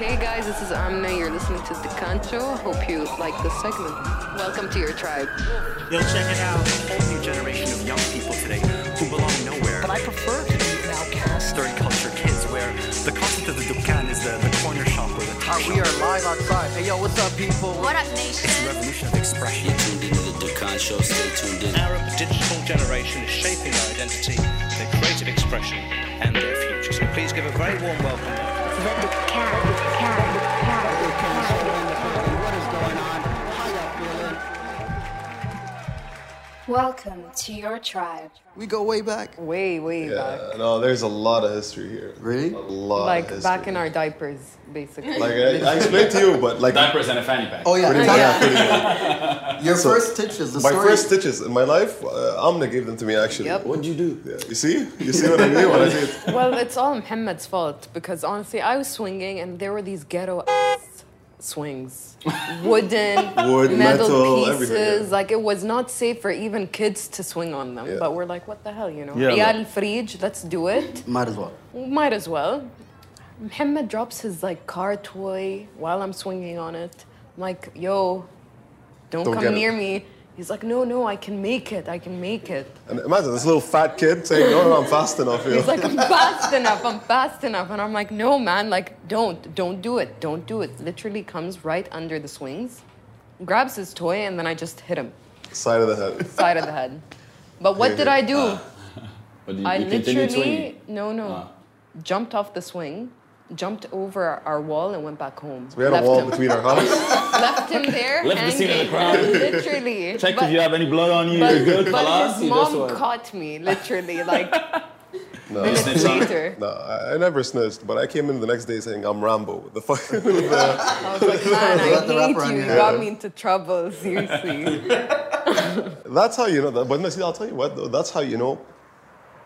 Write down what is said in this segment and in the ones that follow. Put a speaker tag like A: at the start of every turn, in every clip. A: Hey guys, this is Amna. You're listening to The Cantro. Hope you like this segment. Welcome to your tribe.
B: Yo, check it out. A whole new generation of young people today who belong nowhere.
C: But I prefer to be an outcast.
B: Third culture kids, where the concept of the Dukan is the, the corner shop or the top
D: Alright, we
B: shop.
D: are live outside. Hey, yo, what's up, people?
E: What up,
B: It's a
E: nation?
B: revolution of expression.
F: tuned into the Dukan Show. Stay tuned in.
G: Arab digital generation is shaping their identity, their creative expression, and their future. So please give a very warm welcome.
H: Welcome to your tribe.
D: We go way back.
A: Way, way back.
I: Yeah, no, there's a lot of history here.
D: Really?
I: A lot. of
A: Like
I: history.
A: back in our diapers, basically.
I: Like I, I explained to you, but like
J: diapers and a fanny pack.
D: Oh, yeah.
I: pretty
D: tell-
I: much, pretty much.
D: Your
I: So,
D: first stitches, the
I: My
D: story.
I: first stitches in my life, uh, Amna gave them to me actually.
A: Yep.
I: What'd you do? Yeah. You see? You see what I mean when I say it?
A: well, it's all Muhammad's fault because honestly, I was swinging and there were these ghetto ass swings, wooden,
I: Wood, metal,
A: pieces.
I: everything, yeah.
A: Like it was not safe for even kids to swing on them.
I: Yeah.
A: But we're like, what the hell, you know?
J: Yeah,
A: Riyal Frij, let's do it.
D: Might as well.
A: Might as well. Muhammad drops his like car toy while I'm swinging on it. I'm like, yo, don't,
I: Don't
A: come
I: get it.
A: near me. He's like, no, no, I can make it. I can make it.
I: And imagine this little fat kid saying, "No, no, I'm fast enough." You
A: He's like, I'm fast enough. I'm fast enough. And I'm like, no, man, like, don't, don't do it. Don't do it. Literally comes right under the swings, grabs his toy, and then I just hit him
I: side of the head.
A: side of the head. But what did I do?
I: Ah.
J: But you,
A: I
J: you continue
A: literally
J: swinging. Ah.
A: no no jumped off the swing, jumped over our wall and went back home.
I: We had a
A: left
I: wall
A: him.
I: between our houses.
A: left him there.
J: Left the
A: hanging,
J: scene in the crowd.
A: Literally.
J: Check
A: but,
J: if you have any blood on you.
A: but,
J: You're good.
A: but
J: Khalas,
A: his
J: you just
A: mom
J: what?
A: caught me literally like
I: No,
A: minutes later.
I: no, I, I never snitched, but I came in the next day saying, "I'm Rambo." with The fuck. with the-
A: I was like, man, I
D: Let the wrap
A: hate
D: around
A: you. You
D: your
A: got
I: head.
A: me into trouble. Seriously.
I: that's how you know that. But no, see, I'll tell you what. Though, that's how you know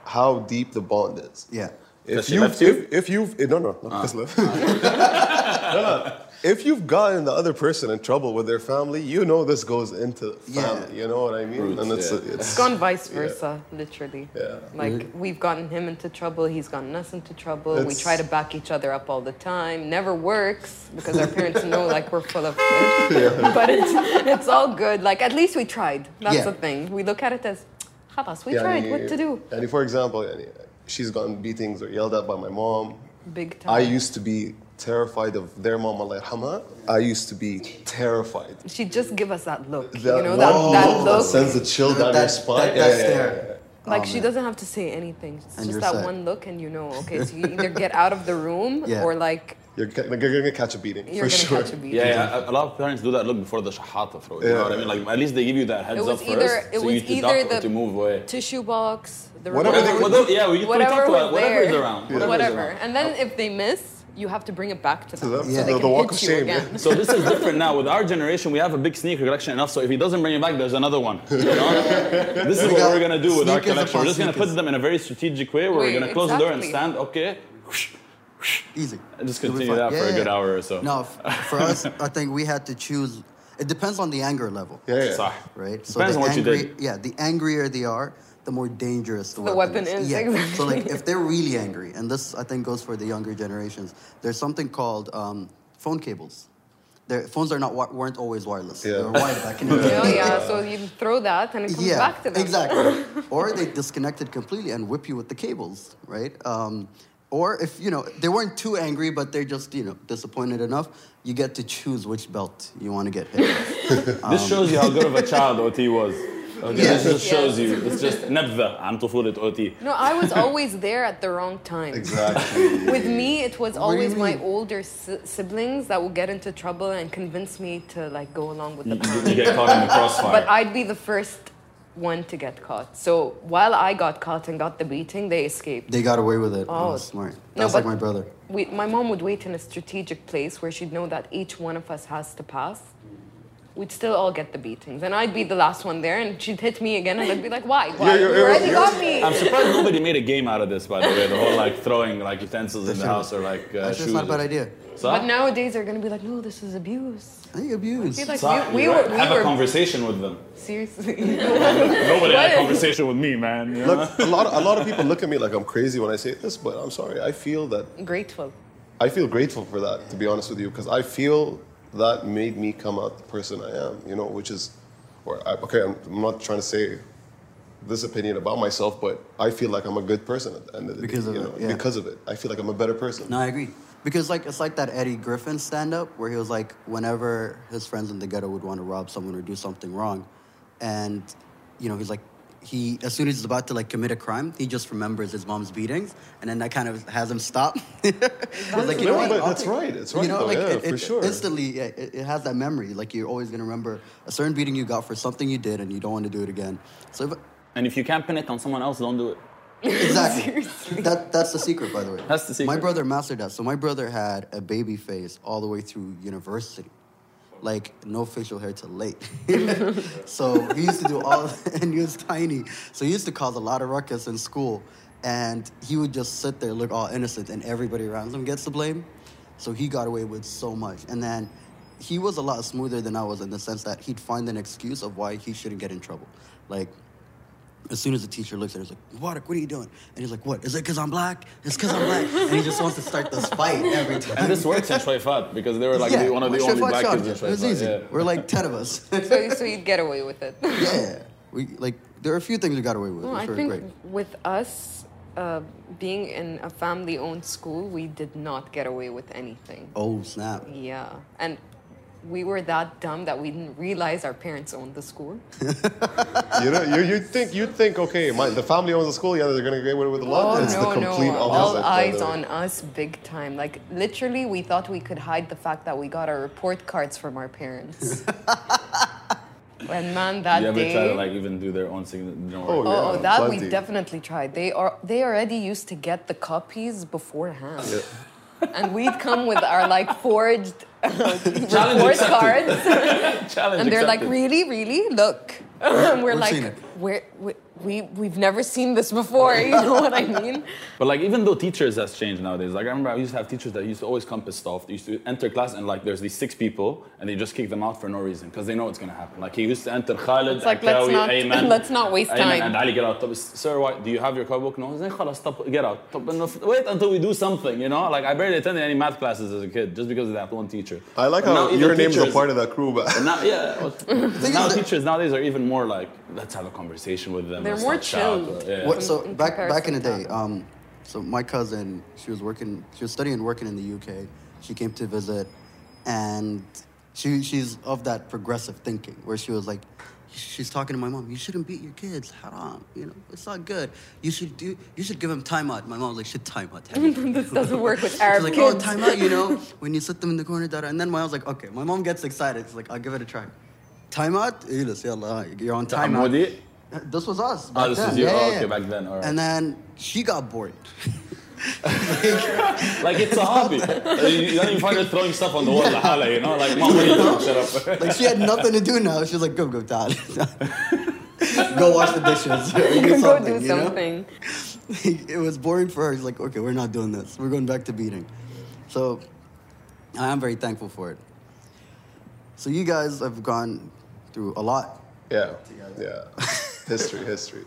I: how deep the bond is.
D: Yeah.
I: If
J: she
I: you
J: left you?
I: if, if you've eh, no no no, just
D: Ah.
I: left. no no if you've gotten the other person in trouble with their family, you know this goes into
D: Yeah.
I: family. You know what I mean?
J: Roots,
I: and it's
J: yeah.
I: it's
A: It's gone vice versa, literally.
I: Yeah.
A: Like we've gotten him into trouble, he's gotten us into trouble. we
I: It's-
A: try to back each other up all the time. Never works because our parents know like we're full of shit. But it's it's all good. Like at least we tried. That's
D: Yeah.
A: the thing. We look at it as Halas, we
I: Yeah,
A: tried.
I: and
A: What to do?
I: And for example, and she's gotten beatings or yelled at by my mom.
A: Big time.
I: I used to be terrified of their mom, Allah yarhamha. I used to be terrified.
A: she just give us that look. you
I: That-
A: know that,
I: whoa,
A: that look.
I: sends a chill down your
D: That-
I: spine.
D: that- that stare.
A: Like she doesn't have to say anything. It's
D: And
A: just
D: you're
A: that
D: set.
A: one look and you know, okay, so you either get out of the room
D: Yeah.
A: or like
I: You're, ca- like, you're gonna catch a beating
A: you're
I: for
A: gonna
I: sure.
A: catch a beat.
J: Yeah, yeah, a a lot of parents do that look before the shahata throw. You know what I mean? Like at least they give you that heads
A: It
J: up
A: was
J: first,
A: either it
J: so
A: was
J: you to
A: either
J: duck or
A: the
J: to move away.
A: tissue box, the
I: Whatever
A: remote,
I: they-
J: whatever- yeah, we- we
A: whatever
J: talked
A: was
J: about whatever is
A: there.
J: around,
A: whatever.
J: whatever is around.
A: And then if they miss, you have to bring it back to them,
I: them,
A: so
I: yeah.
A: they
I: The-
A: can
I: the walk
A: hit
I: of
A: you
I: shame,
A: again.
I: yeah.
J: So this is different now. With our generation, we have a big sneaker collection enough. So if he doesn't bring it back, there's another one. You know? this is what
D: got
J: we're gonna do with our
D: sneakers
J: collection. We're
D: upon
J: just gonna put
D: sneakers.
J: them in a very strategic way. Where
A: Wait,
J: we're gonna close the door and
A: exactly.
J: stand. Okay,
D: Easy.
J: and just
D: It'll be
J: continue
D: fun.
J: that
D: Yeah,
J: for a
D: yeah,
J: good
D: yeah.
J: hour or so.
D: No, f- for us, I think we had to choose. It depends on the anger level,
I: Yeah, yeah.
J: Sorry.
D: right?
J: Depends
D: the
J: on what you
D: angry,
J: did.
D: Yeah, the angrier they are, the more dangerous the,
A: The weapon is,
D: Yeah. So like,
A: exactly.
D: if they're really angry, and this I think goes for the younger generations, there's something called um, phone cables. Their phones are not wi- weren't always wireless. They
I: Yeah.
D: were wired back in the day.
A: Oh yeah, so you throw that and it comes
D: yeah,
A: back to them.
D: exactly. or they disconnect it completely and whip you with the cables, right? Um, or if you know they weren't too angry, but they're just you know disappointed enough, you get to choose which belt you want to get hit. with.
J: This shows you how good of a child OT was. Okay,
D: Yeah.
J: This just
A: Yeah.
J: shows you. It's just نبذة عن طفولة OT.
A: No, I was always there at the wrong time.
I: Exactly.
A: With me, it was
D: do you
A: always my
D: mean?
A: older si- siblings that would get into trouble and convince me to like go along with the
J: You,
A: plan.
J: you get caught in the crossfire.
A: But I'd be the first one to get caught. So while I got caught and got the beating, they escaped.
D: they got away with it.
A: Oh.
D: Oh, smart.
A: No,
D: That's
A: but-
D: like my brother.
A: We, my mom would wait in a strategic place where she'd know that each one of us has to pass. We'd still all get the beatings, and I'd be the last one there, and she'd hit me again, and I'd be like, "Why? Why?
I: yeah,
A: you
I: yeah,
A: already
I: yeah.
A: got me."
J: I'm surprised nobody made a game out of this, by the way. The whole like throwing like utensils in the house or like uh,
D: Actually,
J: shoes.
D: it's not a bad idea.
J: So,
A: But nowadays they're gonna be like, "No, this is abuse."
D: I think abuse.
A: I feel like
J: so
A: we, we
J: you're
A: were,
J: right.
A: we
J: have a
A: were
J: conversation with them.
A: seriously.
J: Nobody
A: had a
J: conversation with me, man.
I: Look, a lot, a lot of people look at me like I'm crazy when I say this, but I'm sorry. I feel that
A: Grateful.
I: I feel grateful for that, to be honest with you, because I feel that made me come out the person I am, you know, which is, or I, okay, I'm, I'm not trying to say this opinion about myself, but I feel like I'm a good person at the end of the
D: Because
I: day,
D: of
I: you
D: it,
I: know,
D: yeah.
I: because of it. I feel like I'm a better person.
D: No, I agree. Because like it's like that Eddie Griffin stand-up where he was like, whenever his friends in the ghetto would want to rob someone or do something wrong, and you know he's like, he as soon as he's about to like commit a crime, he just remembers his mom's beatings, and then that kind of has him stop. He's like,
I: No,
D: what?
I: but
D: I'll
I: that's
D: take-
I: right. It's right, though. Yeah,
D: it,
I: for
D: it
I: sure.
D: Instantly, yeah, it, it has that memory. Like you're always gonna remember a certain beating you got for something you did, and you don't want to do it again. So if,
J: And if you can't pin it on someone else, don't do it.
D: Exactly. that, that's the secret, by the way.
J: That's the secret.
D: My brother mastered that. So my brother had a baby face all the way through university. Like no facial hair till late. so he used to do all and he was tiny. So he used to cause a lot of ruckus in school. And he would just sit there, look all innocent, and everybody around him gets the blame. So he got away with so much. And then he was a lot smoother than I was in the sense that he'd find an excuse of why he shouldn't get in trouble. Like as soon as the teacher looks at him, he's like, Mubarak, what are you doing? And he's like, what? Is it because I'm black? It's because I'm black. and he just wants to start this fight every time.
J: And this works in Shwayfat because they were like the, one of the
D: Shafat
J: only black
D: Shah,
J: kids in
D: It was
J: Shwayfat,
D: easy.
J: yeah.
D: We're like 10 of us.
A: So, so you'd get away with it.
D: yeah. We, like, there are a few things we got away with.
A: No,
D: which
A: I
D: were
A: think
D: great.
A: with us uh, being in a family-owned school, we did not get away with anything.
D: Oh, snap.
A: Yeah, and we were that dumb that we didn't realize our parents owned the school.
I: You know, you, you think you think okay, my, the family owns the school. Yeah, they're gonna get away with a lot.
A: Oh
I: it's
A: no,
I: the complete
A: no! All
I: opposite. by the
A: eyes
I: way.
A: on us, big time. Like literally, we thought we could hide the fact that we got our report cards from our parents. and man, that
J: You ever
A: day.
J: try to like even do their own signature?
I: Oh,
A: Oh,
I: yeah.
A: oh, that we
I: plenty.
A: definitely tried. They are they already used to get the copies beforehand, and we'd come with our like forged report
J: accepted.
A: cards,
J: Challenge
A: Oh, and they're like,
J: accepted.
A: "Really, really? Look." and we're
D: We've seen
A: like,
D: it.
A: we're, "We we we've never seen this before." You know what I mean?
J: But like even though teachers has changed nowadays, like I remember I used to have teachers that used to always come pissed off. They used to enter class and like there's these six people and they just kick them out for no reason because they know what's gonna happen. Like he used to enter Khalid,
A: It's like, let's
J: Akawi,
A: not-
J: Ayman,
A: let's not waste
J: Ayman
A: time.
J: And Ali get out. طب, sir, why, do you have your code book? No. Then خلاص, طب, get out. طب, no, wait until we do something. You know, like I barely attended any math classes as a kid just because of that one teacher.
I: I like
J: But
I: how
J: now even
I: your name is a
J: teachers-
I: part of that crew, but
J: Now, yeah. what-
D: is
J: now
D: that-
J: teachers nowadays are even more like, let's have a conversation with them.
A: They're
J: let's
A: more
J: not shout,"
A: chilled.
J: or- yeah.
D: What, so
A: in
D: back back in the
A: comparison
D: day,
A: to
D: um, so my cousin, she was working, she was studying and working in the UK. She came to visit, and she she's of that progressive thinking where she was like, she's talking to my mom. You shouldn't beat your kids, haram. You know, it's not good. You should do. You should give them time out. My mom was like, should time out. time out."
A: this doesn't work with
D: She's
A: Arab
D: like, oh,
A: kids.
D: time out, you know, when you sit them in the corner, da-da. And then my mom's like, okay, my mom gets excited. She's like, I'll give it a try. Time out? Elis, yallah, You're on time out. Uh,
J: Amodi?
D: This was us. Back
J: Ah, this
D: then.
J: was you.
D: Yeah,
J: Oh,
D: yeah,
J: okay,
D: yeah.
J: back then, all right.
D: And then she got bored.
J: Like it's a hobby. you, you don't even find her throwing stuff on the wall, lahala, you know? Like, mom, what are you doing? Shut up.
D: Like she had nothing to do now. She was like, go, go, Todd. go wash the dishes. Or do
A: Go do
D: you know?
A: something.
D: it was boring for her. She's like, okay, we're not doing this. We're going back to beating. So I am very thankful for it. So you guys have gone through a lot.
I: yeah, yeah. History, history.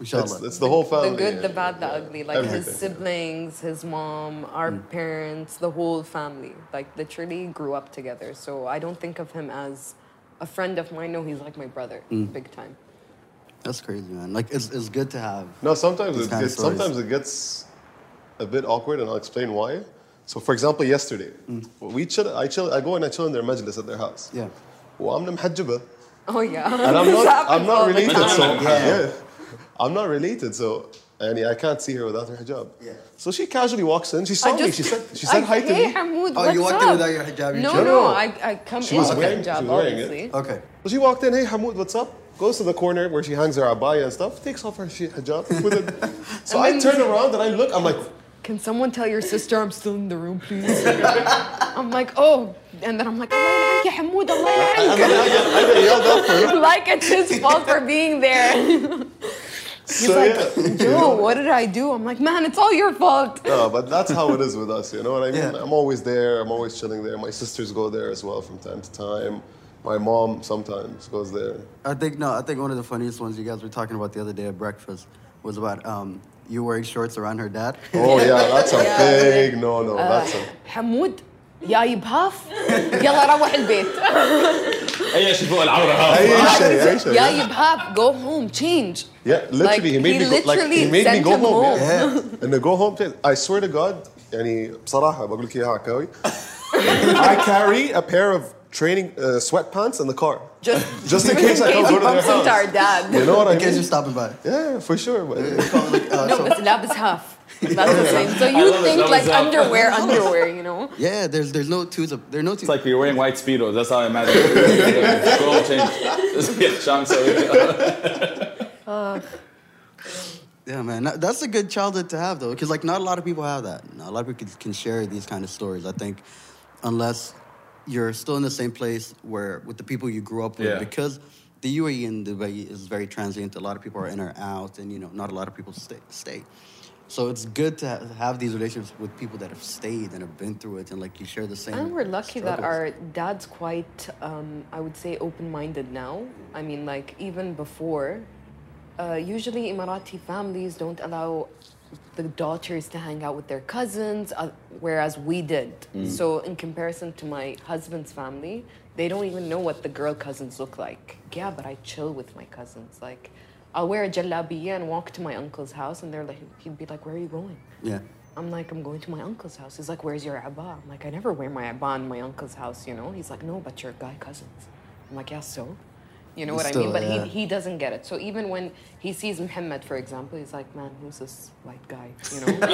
D: Inshallah.
I: It's, it's the whole family.
A: the good, the
I: Oh, yeah,
A: bad, the
I: yeah.
A: ugly. Like
I: Everything.
A: his siblings, his mom, our parents, the whole family. Like literally grew up together. So I don't think of him as a friend of mine. No, he's like my brother, big time.
D: That's crazy, man. Like it's, it's good to have.
I: No, sometimes
D: These
I: it
D: kind of
I: gets, sometimes
D: stories.
I: it gets a bit awkward, and I'll explain why. So, for example, yesterday, we chill. I chill. I go and I chill in their majlis at their house.
D: Mm. Yeah.
I: Well, I'm محجبة.
A: Oh yeah,
I: and I'm
A: This
I: not, I'm
A: happens all
I: not
A: the
I: related,
A: time.
I: so
J: Yeah.
I: yeah. I'm not related, so and yeah, I can't see her without her hijab.
D: Yeah.
I: So she casually walks in. She saw
A: I
I: me.
A: just-
I: She said, she said
A: I-
I: hi to
A: hey,
I: me.
A: Hamoud,
D: Oh, you
A: what's
D: walked in
A: up?
D: without your hijab, you
A: No,
D: chill.
A: no, I, I come in
I: was
A: with
I: wearing-
A: hijab,
I: she was wearing it.
A: obviously.
D: Okay.
I: So she walked in. Hey, Hamoud, what's up? Goes to the corner where she hangs her abaya and stuff. Takes off her shi- hijab. With a, so I
A: then-
I: turn around and I look. I'm like,
A: Can someone tell your sister I'm still in the room, please? I'm like, oh, and then I'm like, Allah يلعنك يا حمود, Allah
I: and then I get, I get yelled at for.
A: يلعنك. like it's his fault for being there.
I: So yeah.
A: Yo, what did I do? I'm like, man, it's all your fault.
I: No, but that's how it is with us. You know what I mean?
D: Yeah.
I: I'm always there. I'm always chilling there. My sisters go there as well from time to time. My mom sometimes goes there.
D: I think no. I think one of the funniest ones you guys were talking about the other day at breakfast was about um, you wearing shorts around her dad.
I: Oh yeah, that's a big no no. That's a
A: حمود يا يبهاف يلا روح البيت
J: اي شيء فوق العوره
I: أي شيء، أي شيء.
A: يا يبهاف go home change
I: Yeah, literally,
A: Like,
I: he made
A: he
I: me go, like he
A: literally
I: made me
A: sent
I: go
A: him
I: home.
A: home.
I: Yeah. and the go home thing, I swear to God, يعني بصراحة بقول لك إياها عكاوي. I carry a pair of training uh, sweatpants in the car.
A: just
I: Just in case I don't
A: he
I: go to their
A: bumps into
I: house.
A: our dad
I: You know what I
D: In case
I: mean?
D: you're stopping by.
I: Yeah, for sure. But
D: Uh,
A: No,
D: so-
A: بس لابس هاف That's the same. So you
J: love it,
A: think
J: that
A: like
J: was up.
A: underwear, underwear, you know?
D: yeah, there's there's no twos. Of, there are no twos.
J: It's like you're wearing white speedos. That's how I imagine. it. Go change. Yeah, Sham, sorry.
D: yeah, man, that- that's a good childhood to have though, because like not a lot of people have that. Not a lot of people can, can share these kind of stories. I think, unless you're still in the same place where with the people you grew up with,
J: Yeah.
D: because the UAE and Dubai is very transient. A lot of people are in or out, and you know, not a lot of people stay. stay. So it's good to ha- have these relationships with people that have stayed and have been through it, and like you share the same.
A: And we're lucky that
D: struggles.
A: our dad's quite, um, I would say, open minded now. I mean, like, even before, uh, usually Emirati families don't allow the daughters to hang out with their cousins, uh, whereas we did. So, in comparison to my husband's family, they don't even know what the girl cousins look like. Yeah, but I chill with my cousins. Like, I'll wear a jalabiya and walk to my uncle's house, and they're like, he'd be like, Where are you going?
D: yeah.
A: I'm like, I'm going to my uncle's house. He's like, Where's your abba? I'm like, I never wear my abba in my uncle's house, you know? He's like, No, but your guy cousins. I'm like, Yeah, so? You know what I
D: Still,
A: mean? But
D: yeah.
A: he, he doesn't get it. So even when he sees Muhammad, for example, he's like, Man, who's this white guy? You know?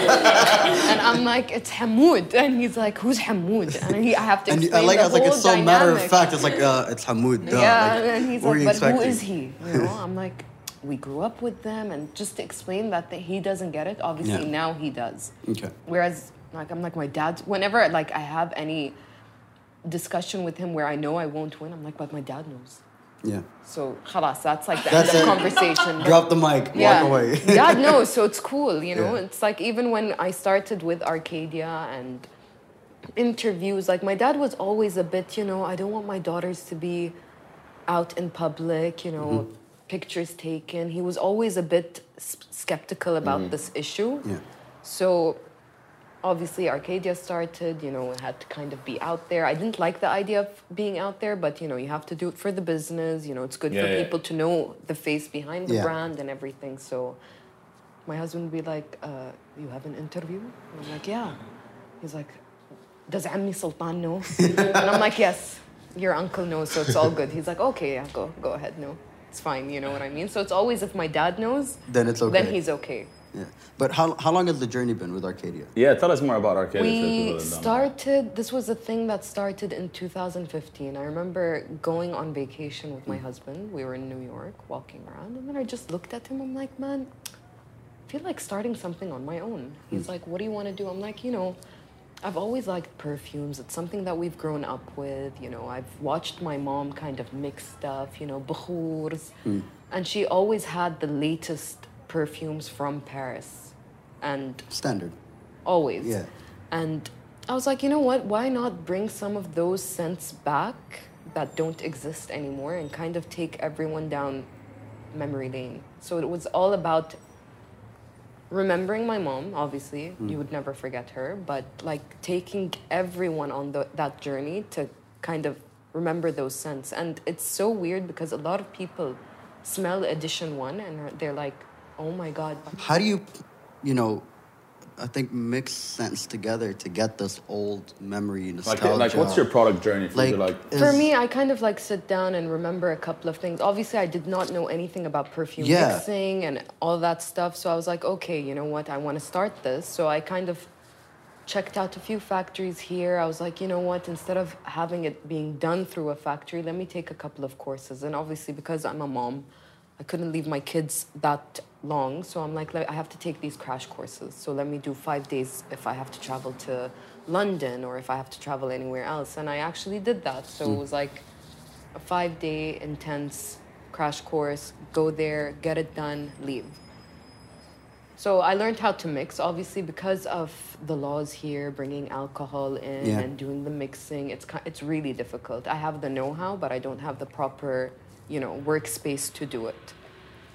A: and I'm like, It's Hamoud. And he's like, Who's Hamoud? And he, I have to
D: And
A: explain
D: I like
A: the
D: I was like
A: whole
D: it's so matter of
A: dynamic.
D: fact. It's like uh, it's Hamoud. Duh.
A: Yeah,
D: like,
A: and he's
D: what were
A: like,
D: you
A: but who
D: expecting?
A: is he? You know, I'm like, we grew up with them, and just to explain that that he doesn't get it. Obviously,
D: Yeah.
A: now he does.
D: Okay.
A: Whereas, like, I'm like my dad's. Whenever like I have any discussion with him where I know I won't win, I'm like, but my dad knows.
D: Yeah.
A: So, خلاص, that's like the
D: That's
A: end
D: it.
A: of conversation.
D: Drop the mic.
A: Yeah.
D: Walk away.
A: Dad knows, so it's cool, you know?
D: Yeah.
A: It's like even when I started with Arcadia and interviews, like my dad was always a bit, you know, I don't want my daughters to be out in public, you know,
D: Mm-hmm.
A: pictures taken. He was always a bit s- skeptical about this issue.
D: Mm-hmm. Yeah.
A: So obviously Arcadia started, you know, it had to kind of be out there. I didn't like the idea of being out there, but you know, you have to do it for the business, you know, it's good for
J: Yeah, yeah.
A: people to know the face behind the
D: Yeah.
A: brand and everything. So my husband would be like, uh, you have an interview? And I'm like, yeah. He's like, does Amni Sultan know? and I'm like, yes, your uncle knows, so it's all good. He's like, okay, yeah, go, go ahead, no. It's fine, you know what I mean? So it's always if my dad knows,
D: Then it's
A: Then
D: okay.
A: he's okay.
D: Yeah. But how how long has the journey been with Arcadia?
J: Yeah, tell us more about Arcadia. for the
A: We
J: people that don't know.
A: started, this was a thing that started in 2015. I remember going on vacation with my husband. We were in New York walking around, and then I just looked at him. I'm like, man, I feel like starting something on my own. He's like, what do you want to do? I'm like, you know, I've always liked perfumes. It's something that we've grown up with. You know, I've watched my mom kind of mix stuff, you know, Bukhours. And she always had the latest perfumes from Paris. And
D: Standard.
A: always.
D: Yeah.
A: And I was like, you know what? Why not bring some of those scents back that don't exist anymore and kind of take everyone down memory lane? So it was all about remembering my mom, obviously. You would never forget her, but like taking everyone on the, that journey to kind of remember those scents. And it's so weird because a lot of people smell edition one and they're like, oh my God,
D: How do you, you know, I think mix sense together to get this old memory
J: Like,
D: nostalgia.
J: like, what's your product journey? For
D: like,
J: you? like
A: For
D: is-
A: me, I kind of like sit down and remember a couple of things. Obviously, I did not know anything about perfume
D: Yeah.
A: mixing and all that stuff. So I was like, okay, you know what? I want to start this. So I kind of checked out a few factories here. I was like, you know what? Instead of having it being done through a factory, let me take a couple of courses. And obviously, because I'm a mom, I couldn't leave my kids that long. So I'm like, "Let- I have to take these crash courses. So let me do five days if I have to travel to London or if I have to travel anywhere else. And I actually did that. So it was like a five day intense crash course, go there, get it done, leave. So I learned how to mix, obviously, because of the laws here, bringing alcohol in
D: Yeah.
A: and doing the mixing. It's ki- it's really difficult. I have the know-how, but I don't have the proper, you know, workspace to do it.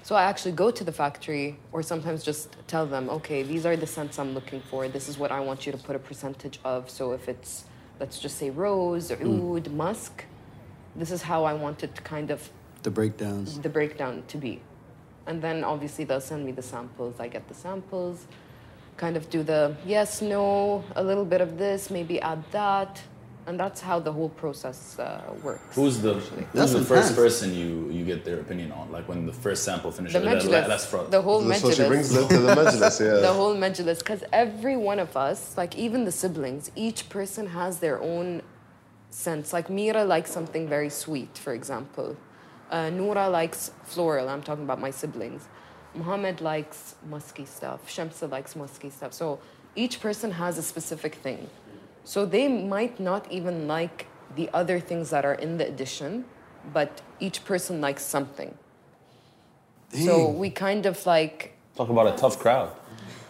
A: So I actually go to the factory or sometimes just tell them, okay, these are the scents I'm looking for. This is what I want you to put a percentage of. So if it's, let's just say rose or oud, musk, this is how I want it to kind of
D: The
J: Mm-hmm.
D: breakdowns.
A: the breakdown to be. And then obviously they'll send me the samples. I get the samples, kind of do the yes, no, a little bit of this, maybe add that. And that's how the whole process uh, works.
J: Who's the
D: That's
J: who's the first
D: intense.
J: person you, you get their opinion on? Like when the first sample finishes,
A: the
J: that-
A: Majlis,
J: that's fraud.
A: the whole
I: So she brings
A: Majlis,
I: it to the majlis, yeah.
A: the whole Majlis, because every one of us, like even the siblings, each person has their own sense. Like Mira likes something very sweet, for example. Uh, Noura likes floral. I'm talking about my siblings. Muhammad likes musky stuff. Shamsa likes musky stuff. So each person has a specific thing. So they might not even like the other things that are in the edition, but each person likes something. So we kind of like,
J: Talk about a tough crowd.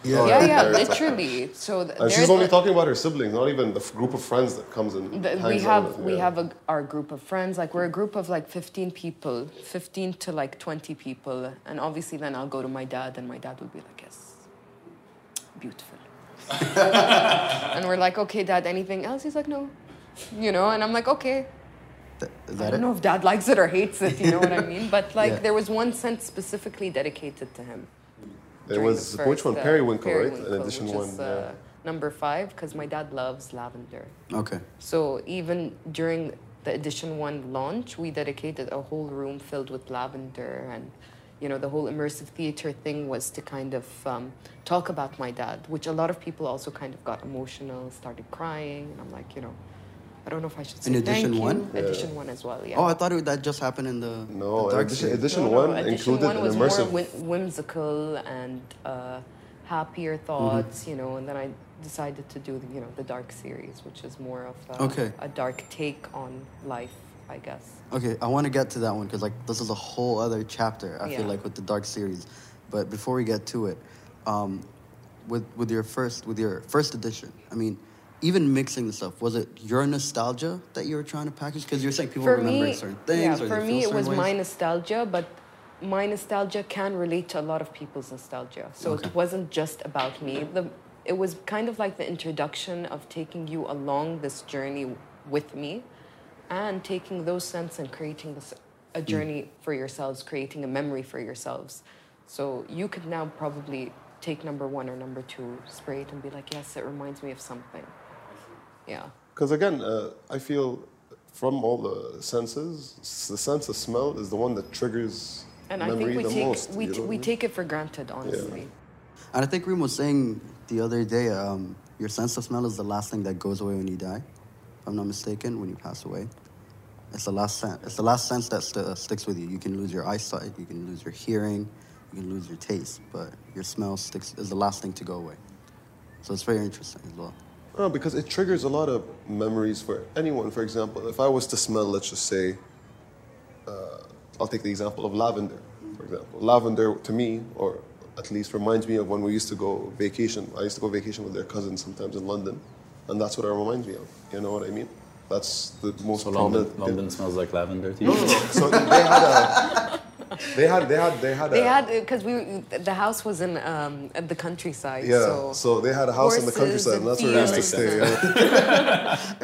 A: yeah, yeah,
I: Very tough.
A: literally. So th-
I: And she's
A: there's
I: only
A: a-
I: talking about her siblings, not even the f- group of friends that comes and
A: Th- we
I: hangs out
A: have
I: with,
A: we
I: yeah.
A: have a, our group of friends like we're a group of like 15 people 15 to like 20 people and obviously then i'll go to my dad and my dad will be like yes beautiful and we're like okay dad anything else he's like no you know and i'm like okay
D: Th- Is
A: i
D: that
A: don't
D: it?
A: know if dad likes it or hates it you know what i mean but like
D: Yeah.
A: there was one scent specifically dedicated to him
I: There
A: during
I: was
A: the
I: which
A: first,
I: one?
A: uh,
I: Periwinkle, right? An
A: Periwinkle,
I: edition
A: which
I: one.
A: is,
I: yeah.
A: uh, number five because my dad loves lavender
D: Okay.
A: so even during the edition one launch, we dedicated a whole room filled with lavender, and you know the whole immersive theater thing was to kind of um, talk about my dad, which a lot of people also kind of got emotional, started crying, and I'm like, you know, I don't know if I should say
D: In edition
A: thank you.
D: one?
A: Edition one as well, yeah.
D: Oh, I thought it, that just happened in the
I: No,
D: the dark
I: edition,
D: side.
I: edition
A: No, no,
I: one
A: edition
I: included
A: one was
I: an immersive.
A: more whim- whimsical and uh, happier
I: Mm-hmm.
A: thoughts, you know. And then I decided to do, the, you know, the dark series, which is more of a,
D: Okay.
A: a dark take on life, I guess.
D: Okay, I want to get to that one because like this is a whole other chapter. I
A: Yeah.
D: feel like with the dark series, but before we get to it, um, with with your first with your first edition, I mean, even mixing the stuff, was it your nostalgia that you were trying to package? Because you're saying people remember certain things.
A: yeah,
D: or
A: for
D: they
A: me
D: feel
A: it was
D: certain
A: my
D: ways.
A: nostalgia, but my nostalgia can relate to a lot of people's nostalgia. So it wasn't just about me. The it was kind of like the introduction of taking you along this journey with me, and taking those scents and creating this
D: Hmm.
A: a journey for yourselves, creating a memory for yourselves. So you could now probably take number one or number two, spray it, and be like, yes, it reminds me of something. Yeah.
I: Because again, uh, I feel from all the senses, s- the sense of smell is the one that triggers
A: And I
I: memory
A: think we
I: the
A: take
I: most.
A: we,
I: you
A: t-
I: know
A: we
I: what I mean?
A: take it for granted, honestly.
D: And I think Reem was saying the other day, um, your sense of smell is the last thing that goes away when you die. If I'm not mistaken, when you pass away, it's the last sense. It's the last sense that st- uh, sticks with you. You can lose your eyesight, you can lose your hearing, you can lose your taste, but your smell sticks is the last thing to go away. So it's very interesting as well.
I: No, because it triggers a lot of memories for anyone. For example, if I was to smell, let's just say, uh, I'll take the example of lavender. For example, lavender to me, or at least reminds me of when we used to go vacation. I used to go vacation with their cousins sometimes in London, and that's what it reminds me of. You know what I mean? That's the most
J: So London,
I: prominent-
J: London smells like lavender to you.
I: No, no, no. So they had a. They had. They had. They had.
A: They
I: a,
A: had because we the house was in um, at the countryside.
I: Yeah.
A: So,
I: So, they had a house in the
A: horses
I: countryside, and that's where we
A: and
I: used to stay.
A: fields
I: Yeah.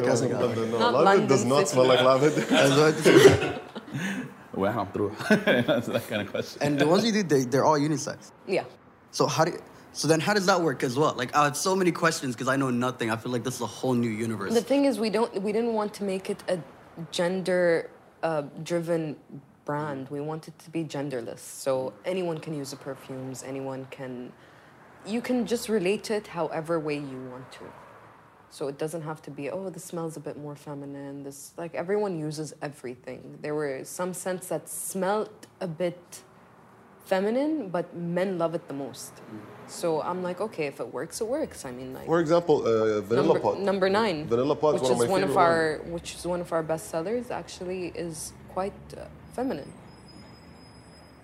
I: It wasn't London. No,
A: Not
I: lavender does
A: London
I: not
A: city.
I: smell like lavender.
J: Wow, bro. That's that kind of question.
D: and the ones you did, they, they're all unisex.
A: yeah.
D: So how do? You, so then, how does that work as well? Like I have so many questions because I know nothing. I feel like this is a whole new universe.
A: The thing is, we don't we didn't want to make it a gender uh, driven brand. We want it to be genderless, so anyone can use the perfumes. Anyone can, you can just relate to it however way you want to. So it doesn't have to be, oh, this smells a bit more feminine. This like everyone uses everything. There were some scents that smelt a bit feminine, but men love it the most. So I'm like, okay, if it works, it works. I mean, like
I: For example, uh, vanilla
A: number,
I: pod.
A: number nine,
I: Vanilla pod
A: which
I: one of
A: is
I: my
A: one of
I: favorite
A: our which is one of our best sellers. Actually, is quite uh, feminine.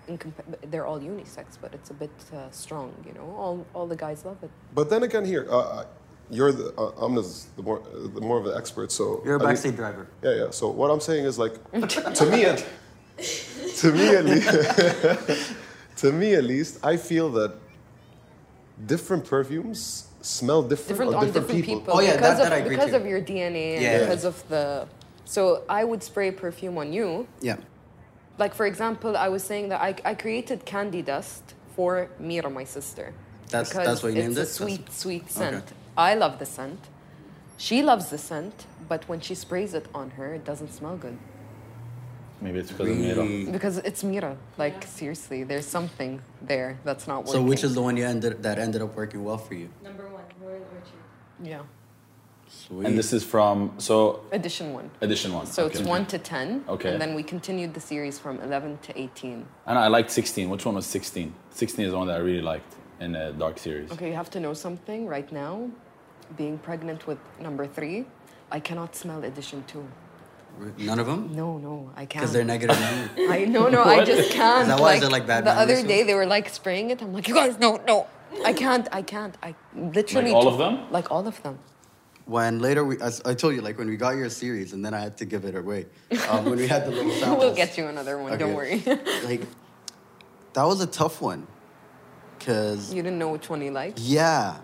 A: In compa- they're all unisex, but it's a bit uh, strong. You know, all all the guys love it.
I: But then again, here uh, uh, you're the uh, Amna's the more uh, the more of the expert. So
D: You're a
I: I mean-
D: backseat driver.
I: yeah, yeah. So what I'm saying is like, to me, at, to me at least, to me at least, I feel that different perfumes smell different,
A: different
I: on,
A: on different people.
D: Oh, yeah, that-
A: because
D: that
A: of,
D: I agree
A: Because
D: too.
A: of your DNA and
D: Yeah.
A: because of the. So I would spray perfume on you.
D: Yeah.
A: Like for example, I was saying that I, I created candy dust for Mira, my sister.
D: That's-
A: because
D: that's what you named
A: it's
D: it?
A: a
D: That's-
A: sweet, sweet scent.
D: Okay.
A: I love the scent. She loves the scent, but when she sprays it on her, it doesn't smell good
J: Maybe it's because of Mira.
A: because it's Mira. Like seriously, there's something there that's not working.
D: So which is the one you ended that ended up working well for you?
E: Number one, Royal Orchard.
A: yeah
D: Sweet.
J: And this is from so
A: edition one?
J: edition one.
A: So it's
J: okay.
A: one to ten,
J: Okay.
A: and then we continued the series from eleven to eighteen.
J: And I liked 16. Which one was 16? 16 is the one that I really liked in the Dark series.
A: Okay, you have to know something right now. Being pregnant with number three, I cannot smell edition two.
D: None of them?
A: No, no, I can't.
D: Because they're negative. men.
A: I no, no, I just can't.
D: Is that why? Is it like bad
A: The
D: memories
A: other
D: too?
A: day they were like spraying it. I'm like, you guys, no, no, I can't, I can't, I literally.
J: all of
A: t-
J: them?
A: Like all of them.
D: when later we, as I told you, like when we got your series, and then I had to give it away. Um, when we had the little samples.
A: We'll get you another one. Don't worry.
D: Okay. like that was a tough one, because
A: you didn't know which one you liked.
D: yeah,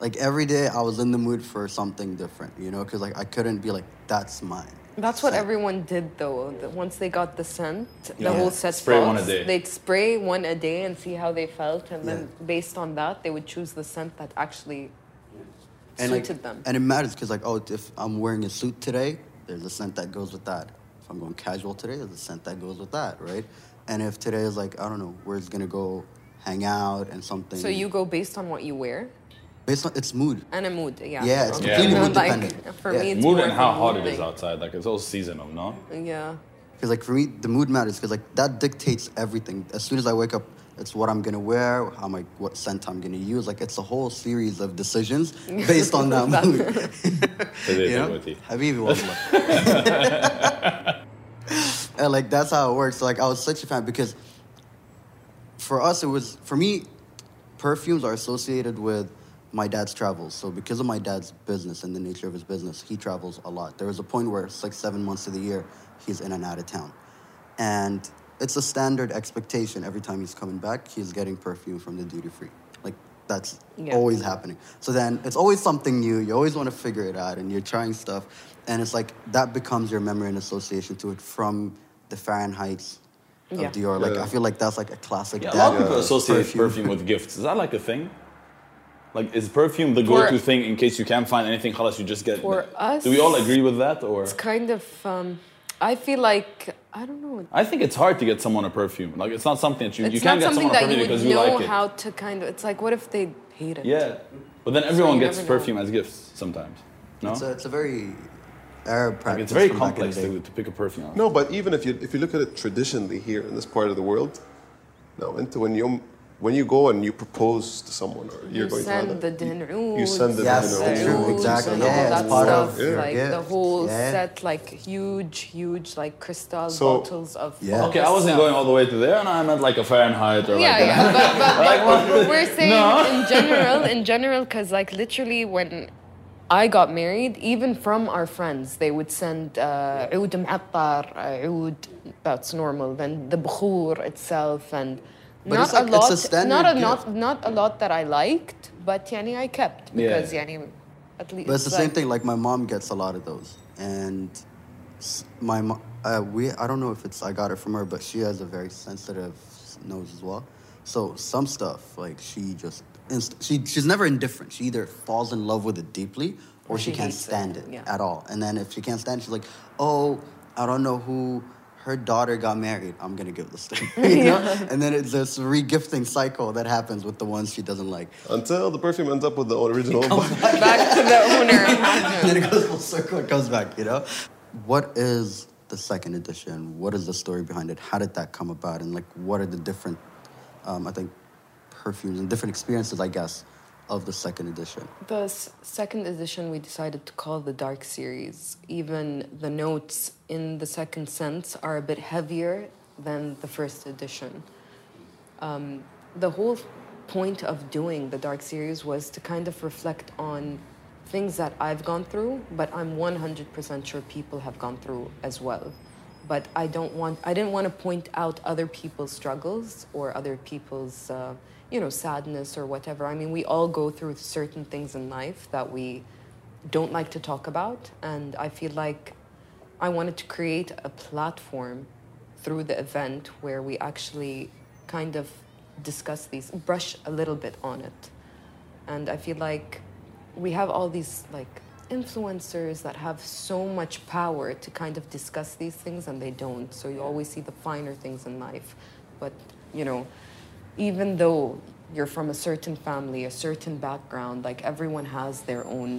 D: like every day I was in the mood for something different, you know, because like I couldn't be like that's mine.
A: That's what
D: So-
A: everyone did though. that Once they got the scent,
D: Yeah.
A: the whole set
J: Spray one
A: thoughts,
J: a day.
A: They'd spray one a day and see how they felt, and then
D: Yeah.
A: based on that, they would choose the scent that actually
D: and like,
A: suited them.
D: And it matters because like oh, if I'm wearing a suit today, there's a scent that goes with that. If I'm going casual today, there's a scent that goes with that, right? And if today is like I don't know, we're just gonna go hang out and something.
A: so you go based on what you wear
D: based on its mood.
A: and a mood. Yeah.
D: Yeah, it's
A: Okay.
D: completely
A: So,
D: mood
A: like,
D: dependent.
A: For
D: Yeah.
A: me, it's
J: Mood
A: more
J: and
A: of
J: how
A: a
J: hot
A: mood
J: it is
A: thing.
J: outside. Like it's all seasonal, no?
A: Yeah.
D: Because like for me, the mood matters. Because like that dictates everything. As soon as I wake up, it's what I'm gonna wear, how my what scent I'm gonna use. Like it's a whole series of decisions based on that
A: That-
D: mood.
J: Today,
D: you know?
J: Timothy.
D: Habibi Wallah. and like that's how it works. Like I was such a fan because for us it was for me, perfumes are associated with my dad's travels. So because of my dad's business and the nature of his business, he travels a lot. There was a point where it's like seven months of the year he's in and out of town. And it's a standard expectation every time he's coming back, he's getting perfume from the duty free. Like that's
A: Yeah.
D: always happening. So then it's always something new. You always want to figure it out and you're trying stuff. And it's like that becomes your memory and association to it from the Fahrenheit's of
A: Yeah.
D: Dior. Like
I: Yeah.
D: I feel like that's like a classic
J: Yeah, a
D: dad
J: lot of people associate perfume.
D: perfume.
J: with gifts. Is that like a thing? Like, is perfume the
A: For-
J: go-to thing in case you can't find anything? Unless you just get.
A: For us-
J: do we all agree with that, or?
A: It's kind of. Um, I feel like I don't know.
J: I think it's hard to get someone a perfume. Like, it's not something that you you
A: It's
J: can't
A: not
J: get
A: something
J: someone
A: that
J: a perfume
A: you
J: because
A: would
J: you
A: know
J: like
A: how
J: it.
A: to kind of. It's like, what if they hate it?
J: Yeah, but then everyone
A: you
J: gets
A: never know.
J: perfume as gifts sometimes. No,
D: It's a, it's a very Arab practice.
J: it's very
D: from back in the
J: complex
D: day.
J: to, to pick a perfume. out.
I: No, but even if you if you look at it traditionally here in this part of the world, no, into when you when you go and you propose to someone or you're
A: You
I: going
A: send
I: to
A: the
I: Hannah, you-
A: dinner
I: you send the
D: Yes,
I: dinner
D: true,
I: rules
D: exactly.
I: and
A: Yeah,
I: all
D: Yeah,
A: that
D: it's
I: that
D: part
A: stuff,
D: of
I: Yeah.
A: like the
D: gifts,
A: whole
D: yeah.
A: set, like huge, huge, like crystal
I: So-
A: bottles of.
D: Yeah.
A: all
J: Okay,
A: this
J: I wasn't
A: stuff.
J: going all the way to there, and I meant like a Fahrenheit or
A: Yeah,
J: like.
A: yeah, but, but, but we're saying
J: No.
A: in general, in general, because like literally when I got married, even from our friends, they would send uh, عود معطر, uh, عود, that's normal, then the بخور itself, and
D: But
A: not
D: it's like-
A: a
D: it's
A: lot,
D: a standard
A: not a
D: gift.
A: not not a lot that I liked, but yani I kept
J: Yeah.
A: because yani at least.
D: But it's the
A: like-
D: same thing. Like my mom gets a lot of those, and s- my mo- uh, we I don't know if it's I got it from her, but she has a very sensitive nose as well. So some stuff like she just inst- she she- she's never indifferent. She either falls in love with it deeply or she,
A: she
D: can't
A: hates it,
D: stand it,
A: yeah.
D: at all. And then if she can't stand it, she's like, oh, I don't know who. Her daughter got married. I'm gonna give this to her. you know? And then it's this regifting cycle that happens with the ones she doesn't like.
I: until the perfume ends up with the original.
A: back to the owner.
D: and then it goes full circle. It comes back. You know, what is the second edition? What is the story behind it? How did that come about? And like, what are the different, um, I think, perfumes and different experiences, I guess, of the second edition?
A: The s- second edition we decided to call the Dark Series. Even the notes in the second sense are a bit heavier than the first edition. Um, the whole point of doing the Dark Series was to kind of reflect on things that I've gone through, but I'm 100% sure people have gone through as well. but I don't want. I didn't want to point out other people's struggles or other people's, uh, you know, sadness or whatever. I mean, we all go through certain things in life that we don't like to talk about, and I feel like I wanted to create a platform through the event where we actually kind of discuss these, brush a little bit on it. And I feel like we have all these like influencers that have so much power to kind of discuss these things and they don't. So you always see the finer things in life. But, you know, even though you're from a certain family, a certain background, like everyone has their own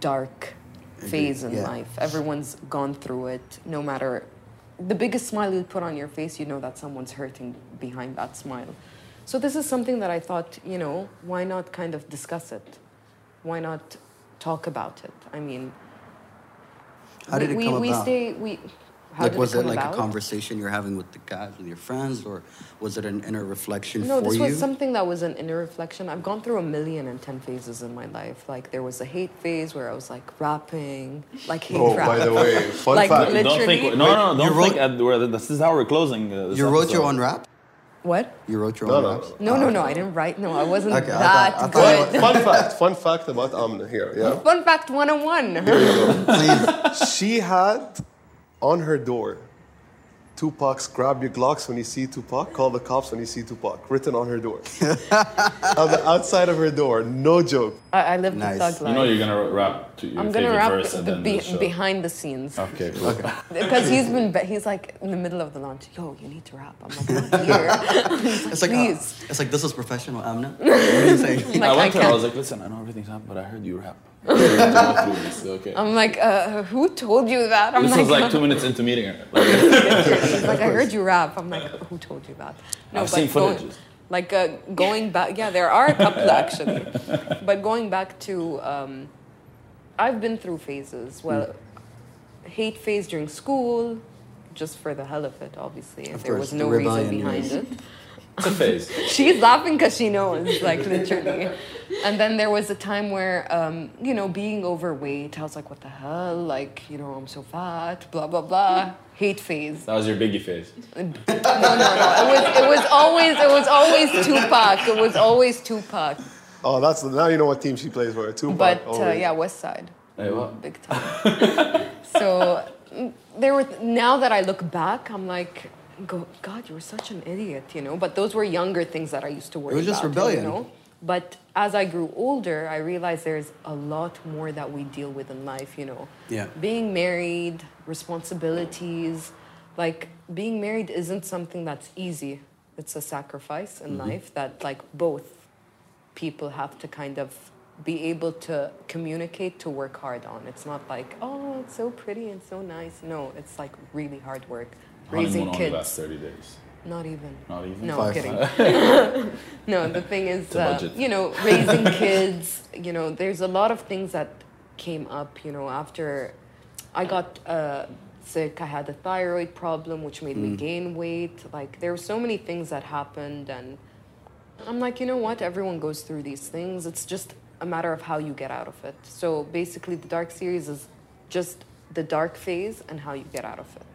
A: dark phase in
D: yeah.
A: life. Everyone's gone through it, no matter the biggest smile you put on your face, you know that someone's hurting behind that smile. So this is something that I thought, you know, why not kind of discuss it? Why not talk about it? I mean,
D: How did
A: we,
D: it
A: we,
D: come
A: we
D: about?
A: stay we how
D: like,
A: did
D: was
A: it,
D: it,
A: come
D: like
A: about?
D: a conversation you're having with the guys, with your friends, or was it an inner reflection
A: No,
D: for
A: this
D: you?
A: was something that was an inner reflection. I've gone through a million and ten phases in my life. Like there was a hate phase where I was like rapping, like hate
I: Oh,
A: rap.
I: by the way, fun
A: Like,
I: fact.
A: lit-
J: Don't think.
A: Literally-
J: No, no, no. Don't
D: You
J: think.
D: wrote-
J: At, we're, this is how we're closing. Uh, this
D: you wrote your
J: episode.
D: own rap?
A: what?
D: You wrote your
I: No,
D: own
I: no, no,
D: raps?
A: No, no, no. I didn't write. No, I wasn't
D: Oh, Okay, I
A: that
D: thought- I thought it
A: good.
D: was-
I: fun fact. Fun fact about Amna here. Yeah.
A: Fun fact 101.
I: she had on her door Tupac's grab your Glocks when you see Tupac, call the cops when you see Tupac, written on her door. on the outside of her door, no joke.
A: I, I lived
D: Nice.
A: the thug
J: You
A: life.
J: know you're gonna rap to your
A: I'm
J: favorite
A: gonna wrap
J: verse at the
A: the
J: end
A: be-
J: of the show. Oh.
A: behind the scenes
J: Okay, cool.
A: because he's been be- he's like in the middle of the launch. Yo, you need to rap. I'm like not here.
D: It's like, uh,
A: Please.
D: it's like, this is professional, Amna. What are you saying?
A: Like,
J: I
A: I
J: went to her. I
A: can't-
J: was like, listen, I know everything's up, but I heard you rap. We need to go through this, okay.
A: I'm like, uh, who told you that? I'm
J: this
A: like,
J: was like two minutes into meeting her. Like,
A: He's like, I heard you rap. I'm like, who told you that?
J: I've
A: but
J: seen
A: going-
J: footages.
A: Like uh, going back, yeah, there are a couple actually, but going back to, um, I've been through phases. Well, hate phase during school, just for the hell of it, obviously. If there was
D: course,
A: no
D: the
A: reason
D: rebellion,
A: behind
D: yes.
A: it.
J: it's a phase.
A: She's laughing because she knows, like literally. And then there was a time where, um, you know, being overweight, I was like, what the hell? Like, you know, I'm so fat, blah, blah, blah. Hate phase.
J: That was your biggie phase.
A: No, no, no. It was, it was always, it was always Tupac. It was always Tupac.
I: Oh, that's now you know what team she plays for. Tupac.
A: But uh,
I: always.
A: yeah, West Side,
J: Hey, what?
A: big time. so mm, there were. Now that I look back, I'm like, go, God, you were such an idiot, you know. But those were younger things that I used to worry
D: was just
A: about,
D: rebellion.
A: You know? But as I grew older, I realized there's a lot more that we deal with in life, you know.
D: Yeah.
A: Being married, responsibilities, like being married isn't something that's easy. It's a sacrifice in
D: Mm-hmm.
A: life that like both people have to kind of be able to communicate to work hard on. It's not like, oh, it's so pretty and so nice. No, it's like really hard work. Raising
J: Honeymoon only lasts
A: kids.
J: 30 days.
D: Oh,
A: Not even.
J: Not even?
A: No,
D: Five.
A: kidding. no, the thing is,
J: a
A: uh,
J: budget.
A: you know, raising kids, you know, there's a lot of things that came up, you know, after I got uh, sick, I had a thyroid problem, which made
J: Mm.
A: me gain weight. Like, there were so many things that happened, and I'm like, you know what? Everyone goes through these things. It's just a matter of how you get out of it. So basically, the dark series is just the dark phase and how you get out of it.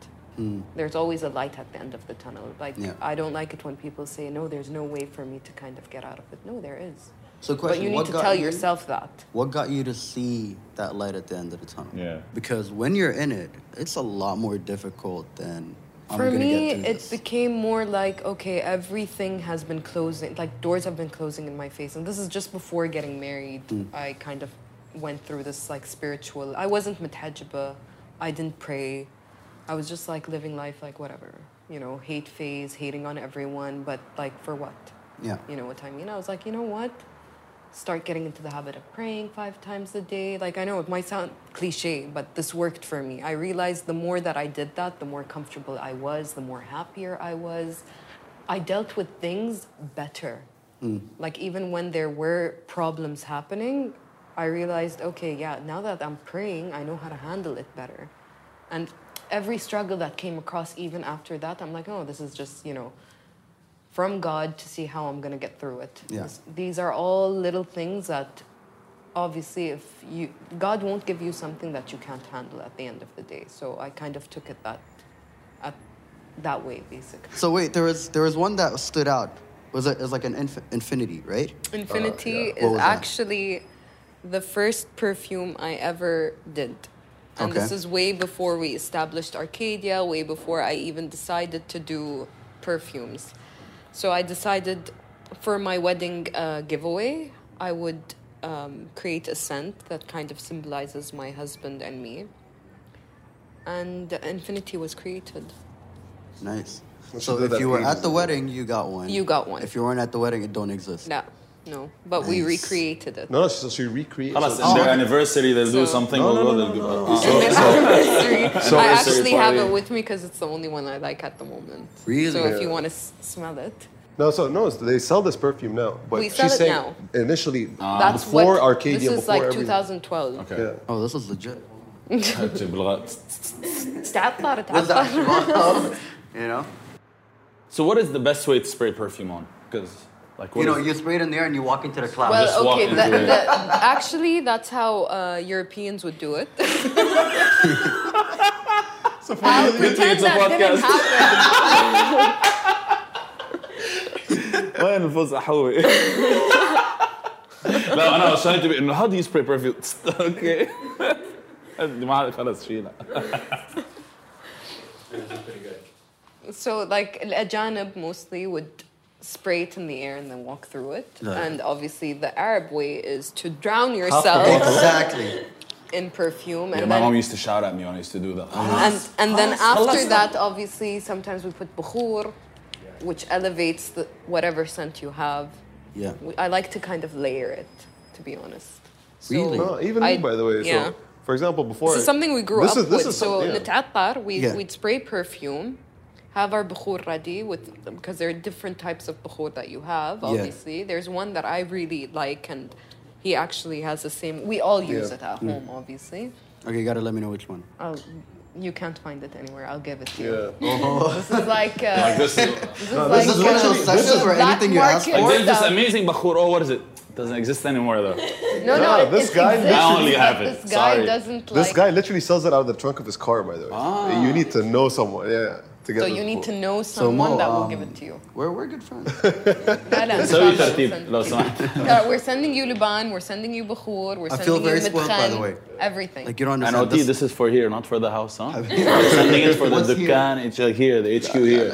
A: There's always a light at the end of the tunnel. Like,
D: Mm. Yeah.
A: I don't like it when people say, no, there's no way for me to kind of get out of it. No, there is.
D: So
A: but
D: question,
A: you need
D: what
A: to
D: got
A: tell
D: you-
A: yourself that.
D: What got you to see that light at the end of the tunnel?
J: Yeah.
D: Because when you're in it, it's a lot more difficult than I'm
A: For
D: gonna
A: me,
D: get through
A: it
D: this.
A: became more like okay, everything has been closing, like doors have been closing in my face, and this is just before getting married.
D: Hmm.
A: I kind of went through this like spiritual. I wasn't metajiba, I didn't pray. I was just like living life like whatever, you know, hate phase, hating on everyone, but like for what?
D: Yeah.
A: You know what I mean? I was like, you know what? Start getting into the habit of praying five times a day. Like, I know it might sound cliche, but this worked for me. I realized the more that I did that, the more comfortable I was, the more happier I was. I dealt with things better. Like, even when there were problems happening, I realized, okay, yeah, now that I'm praying, I know how to handle it better. And every struggle that came across, even after that, I'm like, oh, this is just, you know, from God to see how I'm going to get through it.
D: Yeah.
A: This- These are all little things that obviously, if you God won't give you something that you can't handle at the end of the day. So I kind of took it that, at, that way, basically.
D: So wait, there was there was one that stood out. Was it, it was like an inf- infinity, right?
A: Infinity
D: Uh, What
A: is
D: was that?
A: actually the first perfume I ever did. And this
D: Okay.
A: is way before we established Arcadia, way before I even decided to do perfumes. So I decided for my wedding uh, giveaway, I would um, create a scent that kind of symbolizes my husband and me. And Infinity was created.
D: Nice.
I: Well, she
D: So
I: did
D: if
I: that
D: you were
I: ages
D: at the
I: ago.
D: wedding, you got one.
A: You got one.
D: If you weren't at the wedding, it don't exist.
A: No, no, but we
D: Nice.
A: recreated it.
I: No, no, so she recreated.
J: Unless
I: so-
J: in their anniversary, they'll
A: So-
J: do something. we'll go, they'll do. uh,
A: And their anniversary. I
J: anniversary
A: actually have
J: party.
A: it with me because it's the only one I like at the moment.
D: Really?
A: So if you
I: Yeah.
A: want to s- smell it,
I: No, so no, they sell this perfume now. But
A: We
I: she's
A: sell it
I: saying
A: now.
I: initially
J: Uh,
A: that's
I: before
A: what
I: Arcadia,
A: this is
I: before
A: like
I: everything.
A: 2012.
J: Okay.
D: Oh, this is legit.
A: Start,
D: With
A: start,
D: that,
A: start.
D: you know,
J: So what is the best way to spray perfume on? Because like what
D: you know,
J: is-
D: you spray it in the air and you walk into the cloud.
J: Just
A: Well,
J: walk
A: okay.
J: into
A: that-
J: it.
A: that- actually, that's how uh, Europeans would do it. I'll pretend
J: it's a
A: that didn't
J: podcast.
A: happen.
J: وين الفوز احوي؟ لا انا عشان تبي انه how do you spray perfume اوكي ما خلص شيلها
A: So, like, Al-Ajanib mostly would spray it in the air and then walk through it.
D: Yeah.
A: And obviously, the Arab way is to drown yourself
D: exactly.
A: in perfume and
J: Yeah, my
A: then
J: mom used to shout at me when I used to do that.
D: Uh-huh.
A: And and then after that, obviously, sometimes we put bukhur, which elevates the whatever scent you have.
D: Yeah.
A: We- I like to kind of layer it, to be honest. So
D: Really?
I: No, Oh, even
A: I-
I: me, by the way.
A: Yeah.
I: So, for example, before
A: this is something we grew
I: This
A: up
I: is- this
A: with.
I: is
A: so
I: something- yeah.
A: نتعطر, we
D: Yeah.
A: we'd spray perfume, have our bukhur ready with because there are different types of bukhur that you have. Obviously, there's one that I really like, and he actually has the same. We all use
I: Yeah.
A: it at
D: Mm.
A: home, obviously.
D: Okay, you gotta let me know which one.
A: I'll, you can't find it anywhere. I'll give it to you.
I: yeah.
A: This is like. Uh,
J: Like this,
A: This is like uh,
D: this is one of those sections where
A: black
D: anything you ask
A: market
J: like there's this
A: stuff.
J: amazing bakhur. Oh, what is it? Doesn't exist anymore though.
A: No, no,
I: No,
A: it-
I: this
A: it
I: guy
A: exists,
J: I only
A: but
J: have it.
A: This guy
J: Sorry.
A: doesn't like.
I: This guy literally sells it out of the trunk of his car, by the way.
D: Ah.
I: You need to know someone, yeah, to get
A: So
I: this
A: you need to
I: book.
A: know
D: So
A: someone
D: Mo,
A: that will
D: um,
A: give it to you.
D: We're, we're good friends.
A: لا لا، إن شاء
J: سوي
A: الله
J: ترتيب
A: we'll send
J: لو
A: it to
J: سمحت.
A: you. Uh, We're sending you Luban, we're sending you Bukhur, we're
D: I
A: sending
D: feel very
A: you
D: spoiled, by the
A: Midkhan,
D: way.
A: Everything.
D: Like you don't
J: And
D: understand.
J: OT,
D: this-
J: this is for here, not for the house, huh? We're sending it for the
D: What's here?
J: dukkan. It's like here, the HQ here.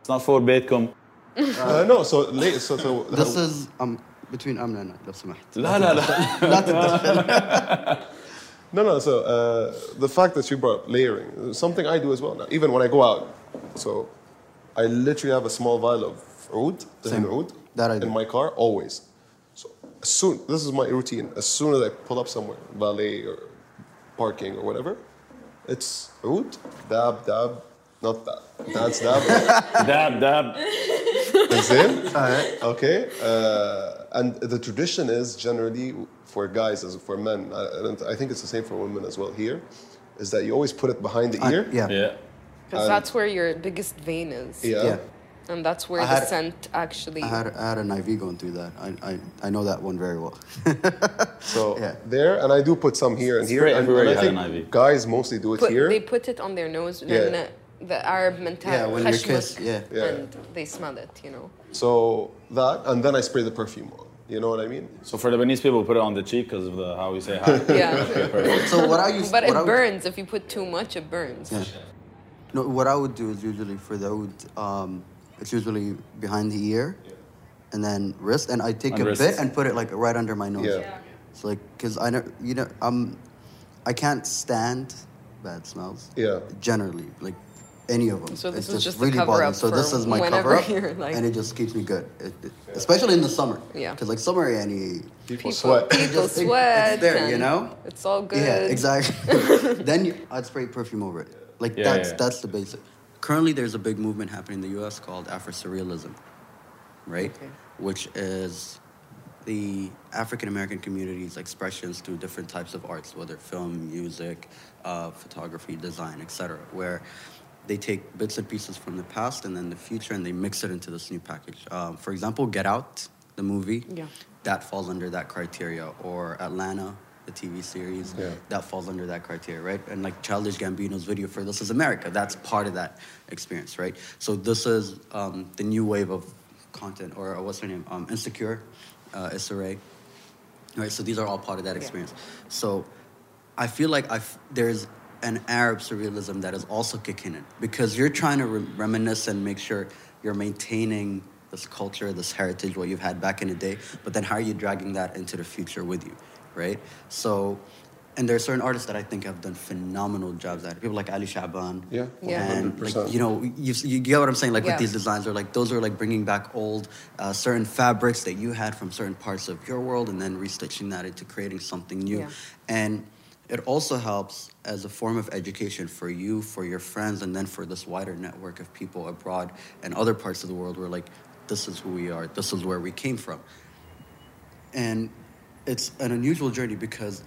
J: It's not for بيتكم.
I: Uh, no, so late. So, so
D: This is um between Amna and I, لو سمحت.
J: لا لا لا.
D: Not that-
I: no, no. So uh, the fact that you brought layering, is something I do as well now. Even when I go out, so I literally have a small vial of oud,
D: Same.
I: oud,
D: That I do.
I: in my car always. So as soon, this is my routine. As soon as I pull up somewhere, valet or parking or whatever, it's oud, dab, dab. Not that. That's dab.
J: داب داب.
I: Zim. Okay. Uh, and the tradition is generally for guys as for men. I, I don't- I think it's the same for women as well. Here, is that you always put it behind the ear.
D: yeah.
J: Yeah.
A: Because that's where your biggest vein is.
I: Yeah.
D: Yeah.
A: And that's where
D: I
A: the
D: had-
A: scent actually.
D: I had, I had an IV going through that. I, I, I know that one very well.
I: So
D: Yeah.
I: there, and I do put some here and here.
J: Spray
I: and- and
J: everywhere you
I: I
J: had
I: think
J: an IV.
I: guys mostly do it
A: Put,
I: here.
A: they put it on their nose.
I: Yeah.
A: لأن The Arab mentality.
D: Yeah, when you're kissed, yeah.
I: Yeah.
A: And they smell it, you know.
I: So that, and then I spray the perfume on. You know what I mean?
J: So for Lebanese people, put it on the cheek because of the, how we say hi.
A: Yeah.
J: Okay, perfect.
D: So what I used
A: But it
D: what I would-
A: burns. If you put too much, it burns.
D: Yeah. No, what I would do is usually for the oud, um, it's usually behind the ear, and then wrist, and I take
J: And
D: a
J: wrist.
D: bit and put it like right under my nose.
I: Yeah. Yeah.
D: So like, cause I know you know I'm, I can't stand bad smells.
I: Yeah.
D: Generally, like any of them.
A: So this
D: It's
A: is just the cover-up
D: bothering. So this
A: for
D: is my
A: whenever
D: cover up,
A: you're, like-
D: and it just keeps me good, it, it- especially in the summer.
A: Yeah.
D: Cause like summer, any
I: People sweat.
A: People
D: Just think
A: sweat.
D: it's there, you
A: and
D: know?
A: It's all good.
D: Yeah, exactly. then you, I'd spray perfume over it. Like
J: Yeah,
D: that's
J: yeah.
D: that's the basic. Currently, there's a big movement happening in the U.S. called Afro Surrealism, right?
A: Okay.
D: Which is the African American community's expressions through different types of arts, whether film, music, uh, photography, design, etc. Where they take bits and pieces from the past and then the future, and they mix it into this new package. Um, for example, Get Out, the movie
A: Yeah.
D: that falls under that criteria, or Atlanta, the TV series,
I: Yeah.
D: that falls under that criteria, right? And like Childish Gambino's video for This Is America, that's part of that experience, right? So this is um, the new wave of content, or uh, what's her name, um, Insecure, uh, Issa Rae, right? So these are all part of that experience. So I feel like i f- there's an Arab surrealism that is also kicking in because you're trying to re- reminisce and make sure you're maintaining this culture, this heritage, what you've had back in the day, but then how are you dragging that into the future with you, right? So, and there are certain artists that I think have done phenomenal jobs at it. People like Ali Shaban.
I: Yeah,
A: Yeah.
D: And like,
I: 100%.
D: you know, you, you get what I'm saying? Like
A: Yeah.
D: with these designs are like, those are like bringing back old, uh, certain fabrics that you had from certain parts of your world and then restitching that into creating something new.
A: Yeah.
D: And it also helps as a form of education for you, for your friends, and then for this wider network of people abroad and other parts of the world where, like, this is who we are, this is where we came from. And it's an unusual journey because,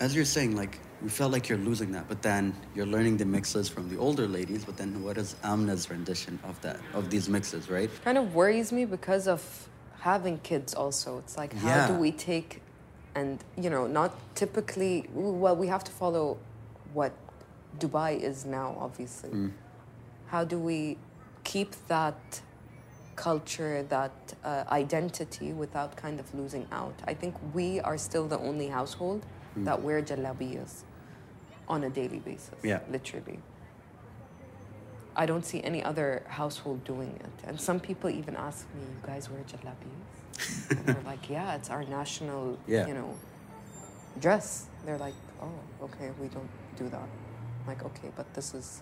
D: as you're saying, like, you felt like you're losing that, but then you're learning the mixes from the older ladies, but then what is Amna's rendition of that, of these mixes, right?
A: kind of worries me because of having kids also it's like how
D: Yeah.
A: do we take and you know not typically well we have to follow what dubai is now obviously
D: Mm.
A: how do we keep that culture that uh, identity without kind of losing out i think we are still the only household
D: Hmm.
A: that wear jalabiyas on a daily basis
D: Yeah.
A: literally I don't see any other household doing it. And some people even ask me, "You guys wear jalabis?" and we're like, "Yeah, it's our national,
D: Yeah.
A: you know, dress." They're like, "Oh, okay, we don't do that." I'm like, "Okay, but this is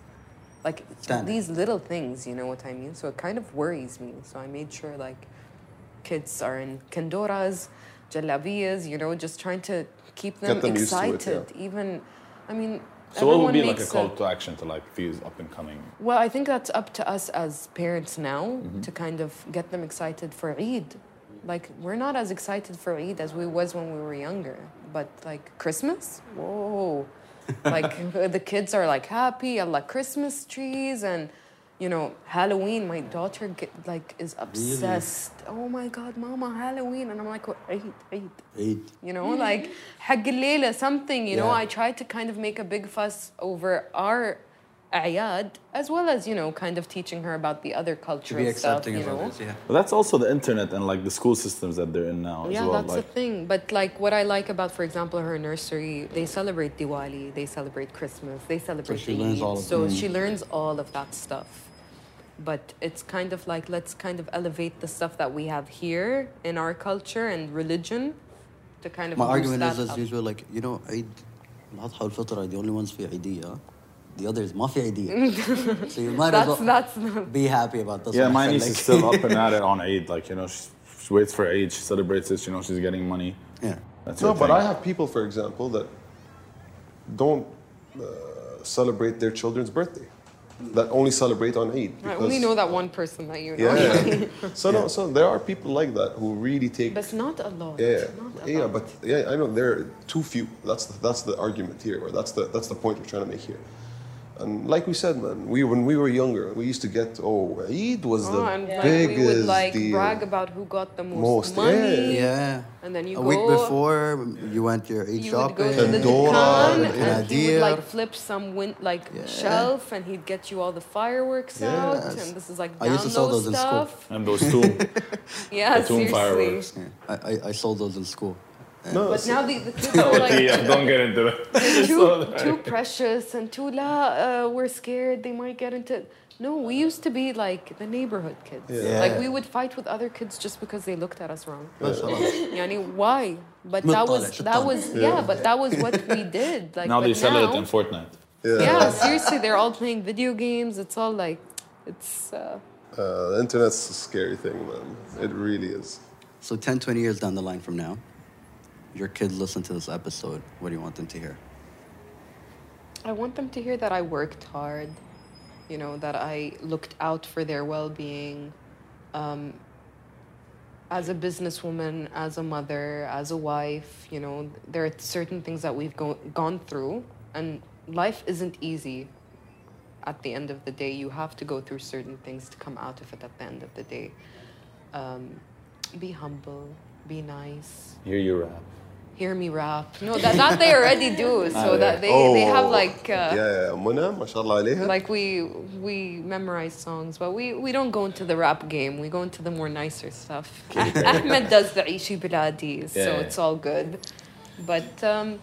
A: like
D: Standard.
A: these little things, you know what I mean?" So it kind of worries me. So I made sure like kids are in kendoras, jalabias, you know, just trying to keep them,
I: them used to it,
A: excited. Even, I mean.
J: So what would
A: everyone
J: be like a
A: makes
J: call to action to like these up and coming?
A: well, I think that's up to us as parents now to kind of get them excited for Eid. Like we're not as excited for Eid as we was when we were younger, but like Christmas, whoa! like the kids are like happy, Allah Christmas trees and you know Halloween. My daughter get, like is obsessed. Oh my God, Mama, Halloween! And I'm like, Eid, Eid
D: Eight.
A: you know, like Hagilela, something, you know.
D: Yeah.
A: I tried to kind of make a big fuss over our ayad, as well as, you know, kind of teaching her about the other
D: To
A: culture
D: be
A: and stuff,
D: accepting
A: you
D: of
A: know.
D: others, yeah.
J: But that's also the internet and like the school systems that they're in
A: Yeah,
J: now as well.
A: that's
J: like,
A: the thing. But like what I like about, for example, her nursery, they celebrate Diwali, they celebrate Christmas, they celebrate
D: she
A: Eid.
D: learns all of
A: so she learns all of that stuff. But it's kind of like let's kind of elevate the stuff that we have here in our culture and religion to kind of
D: My
A: boost
D: argument
A: that
D: is as
A: up.
D: usual, like, you know, Eid, الأضحى والفطر are the only ones في عيدية. The others ما في عيدية. so you might
A: That's-
D: as well
A: that's-
D: be happy about this.
J: Yeah,
D: one.
J: my
D: I
J: niece
D: feel
J: is
D: like-
J: still up and at it on Eid. Like you know, she, she waits for Eid, she celebrates it. You know, she's getting money.
D: yeah.
J: That's
I: No,
J: her
I: but
J: thing.
I: I have people, for example, that uh, don't uh, celebrate their children's birthday, that only celebrate on Eid.
A: I
I: because-
A: only know that one person that you know.
I: Yeah. so no, so there are people like that who really take.
A: But it's not a lot.
I: yeah,
A: Not a
I: yeah,
A: lot.
I: but yeah, I know there are too few. That's the, that's the argument here, or that's the that's the point we're trying to make here. And like we said, man, we when we were younger, we used to get oh, Eid was
A: Oh,
I: the
A: and like
I: biggest
A: we would like
I: deal.
A: brag about who got the most,
I: Most, yeah.
A: money.
D: Yeah.
A: And then you
D: A week
A: go-
D: before, you went your Eid
A: You would
D: shopping.
A: go to the
I: Pandora
A: Dukan
I: and
A: and he would like
D: Agadir.
A: flip some win- like
D: Yeah.
A: shelf and he'd get you all the fireworks out
D: Yes.
A: and this is like
D: I
A: download
D: used to sell those in school.
A: stuff.
J: and those two.
A: Yeah,
J: The Tomb
A: seriously.
J: fireworks.
D: Yeah, I, I, I sold those in school.
I: No,
A: But
I: so-
A: now the, the kids are like
J: yeah, uh, don't get into that.
A: too, too precious and too la. Uh, we're scared they might get into. No, we used to be like the neighborhood kids.
D: Yeah.
A: Like we would fight with other kids just because they looked at us wrong.
D: Yeah.
A: Yani, why? But
D: Look
A: that
D: on
A: was
D: it, shit
A: that
D: on it.
A: was yeah. But that was what we did. Like
J: now
A: but
J: they sell
A: now,
J: it in Fortnite.
A: Yeah, seriously, they're all playing video games. It's all like, it's. Uh,
I: Uh, the internet's a scary thing, man. It really is.
D: So 10, 20 years down the line from now, your kids listen to this episode. What do you want them to hear?
A: I want them to hear that I worked hard, you know, that I looked out for their well being. Um, as a businesswoman, as a mother, as a wife, you know, there are certain things that we've go- gone through, and life isn't easy. At the end of the day, you have to go through certain things to come out of it at the end of the day. Um, be humble, be nice,
J: Hear you rap.
A: hear me rap. No, that, that they already do. So that they, they have like. Uh,
I: yeah, yeah, Muna, mashallah alayha.
A: Like we we memorize songs, but we, we don't go into the rap game. We go into the more nicer stuff. Ahmed does the Ishi Biladi, so
J: Yeah.
A: it's all good. But um,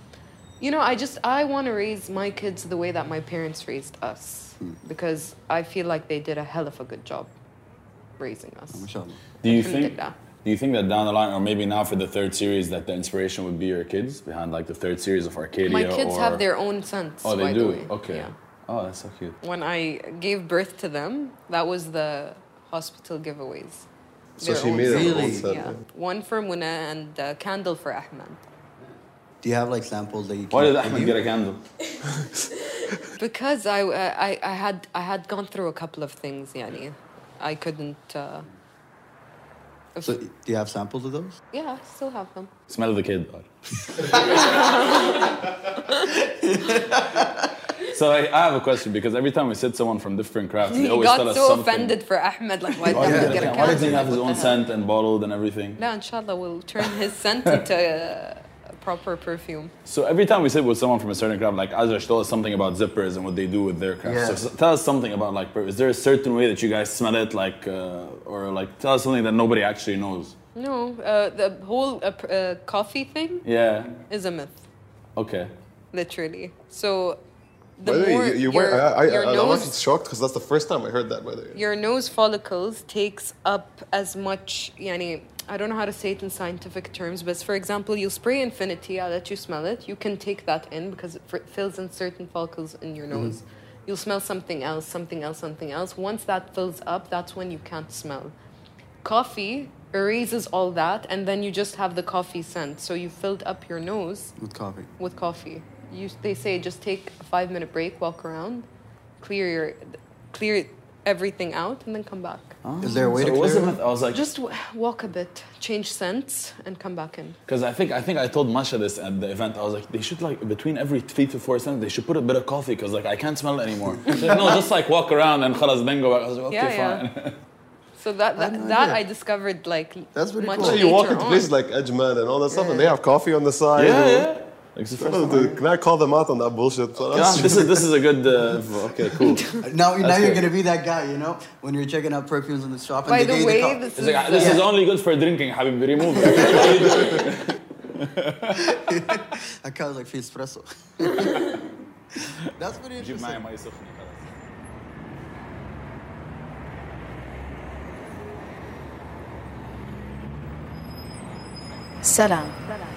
A: you know, I just I want to raise my kids the way that my parents raised us
J: Hmm.
A: because I feel like they did a hell of a good job raising us.
D: Mashallah.
J: Do you
A: Alhamdulillah.
J: think? Do you think that down the line, or maybe now for the third series, that the inspiration would be your kids behind like the third series of Arcadia?
A: My kids
J: or...
A: have their own sense.
J: Oh,
A: by
J: they
A: the
J: do.
A: way.
J: okay.
A: Yeah.
J: Oh, that's so cute.
A: When I gave birth to them, that was the hospital giveaways.
I: so
A: Their
I: she
A: own
I: made it
D: Really?
I: on set.
A: Yeah.
J: uh,
A: One for Muna and a candle for Ahmed.
D: Do you have like samples that you can
J: Why did
D: give
J: Ahmed
D: you?
J: get a candle?
A: Because I, uh, I, I had I had gone through a couple of things, Yani. I couldn't. Uh, if-
D: So do you have samples of those?
A: yeah, I still have them.
J: Smell the kid. dog. so I, I have a question because every time we said someone from different crafts,
A: He
J: they always tell
A: got
J: us
A: so
J: something.
A: offended for Ahmed, like why did
J: Why
A: Ahmed
J: did
A: get a
J: Why does he
A: candle?
J: have his own scent and bottled and everything?
A: No, inshallah, we'll turn his scent into a, a proper perfume.
J: So every time we sit with someone from a certain craft, like Azrash told us something about zippers and what they do with their craft.
D: Yeah.
J: So s- tell us something about like, per- is there a certain way that you guys smell it, like, uh, or like tell us something that nobody actually knows?
A: No, uh, the whole uh, pr- uh, coffee thing
J: Yeah.
A: is a myth,
J: Okay.
A: literally. So the
I: By the way,
A: more
I: you, you
A: your,
I: were, I, I,
A: your
I: I, I'm
A: nose
I: actually shocked because that's the first time I heard that, by the way.
A: your nose follicles takes up as much yani I don't know how to say it in scientific terms, but for example, you spray Infinity, I'll let you smell it. You can take that in because it f- fills in certain follicles in your nose. You'll smell something else, something else, something else. Once that fills up, that's when you can't smell. Coffee erases all that, and then you just have the coffee scent. So you filled up your nose
D: With coffee.
A: with coffee. You, they say just take a five minute break, walk around, clear your, clear everything out, and then come back.
D: Is there a way
J: Oh. So
D: to
J: it was
D: clear it?
J: a myth. I was like,
A: Just w- walk a bit, change scents, and come back in.
J: because I think I think I told Masha this at the event. I was like, they should like between every three to four cents, they should put a bit of coffee because like I can't smell it anymore. She's like, no, just like walk around and khalas, then go back. I was like, okay,
A: Yeah, yeah.
J: fine.
A: So that
D: had
A: that,
D: no
A: that
D: idea.
A: I discovered like
D: That's pretty
A: much
D: cool.
I: So
A: later
I: you walk into
A: on.
I: places like Edgeman and all that stuff, and they have coffee on the side.
J: yeah,
I: and-
J: yeah. Like, it's the first time.
I: Can I call them out on that bullshit?
J: Yeah, this is this is a good. Uh, okay, cool.
D: Now, now you're
J: good.
D: gonna be that guy, you know, when you're checking out perfumes in the shop. And
A: By
D: they
A: the
D: gave
A: way,
D: coffee.
A: this is
J: It's like, this
A: the-
J: is only good for drinking, Habibi. Remove it.
D: I kind of like feel espresso. That's pretty interesting.
H: Salam.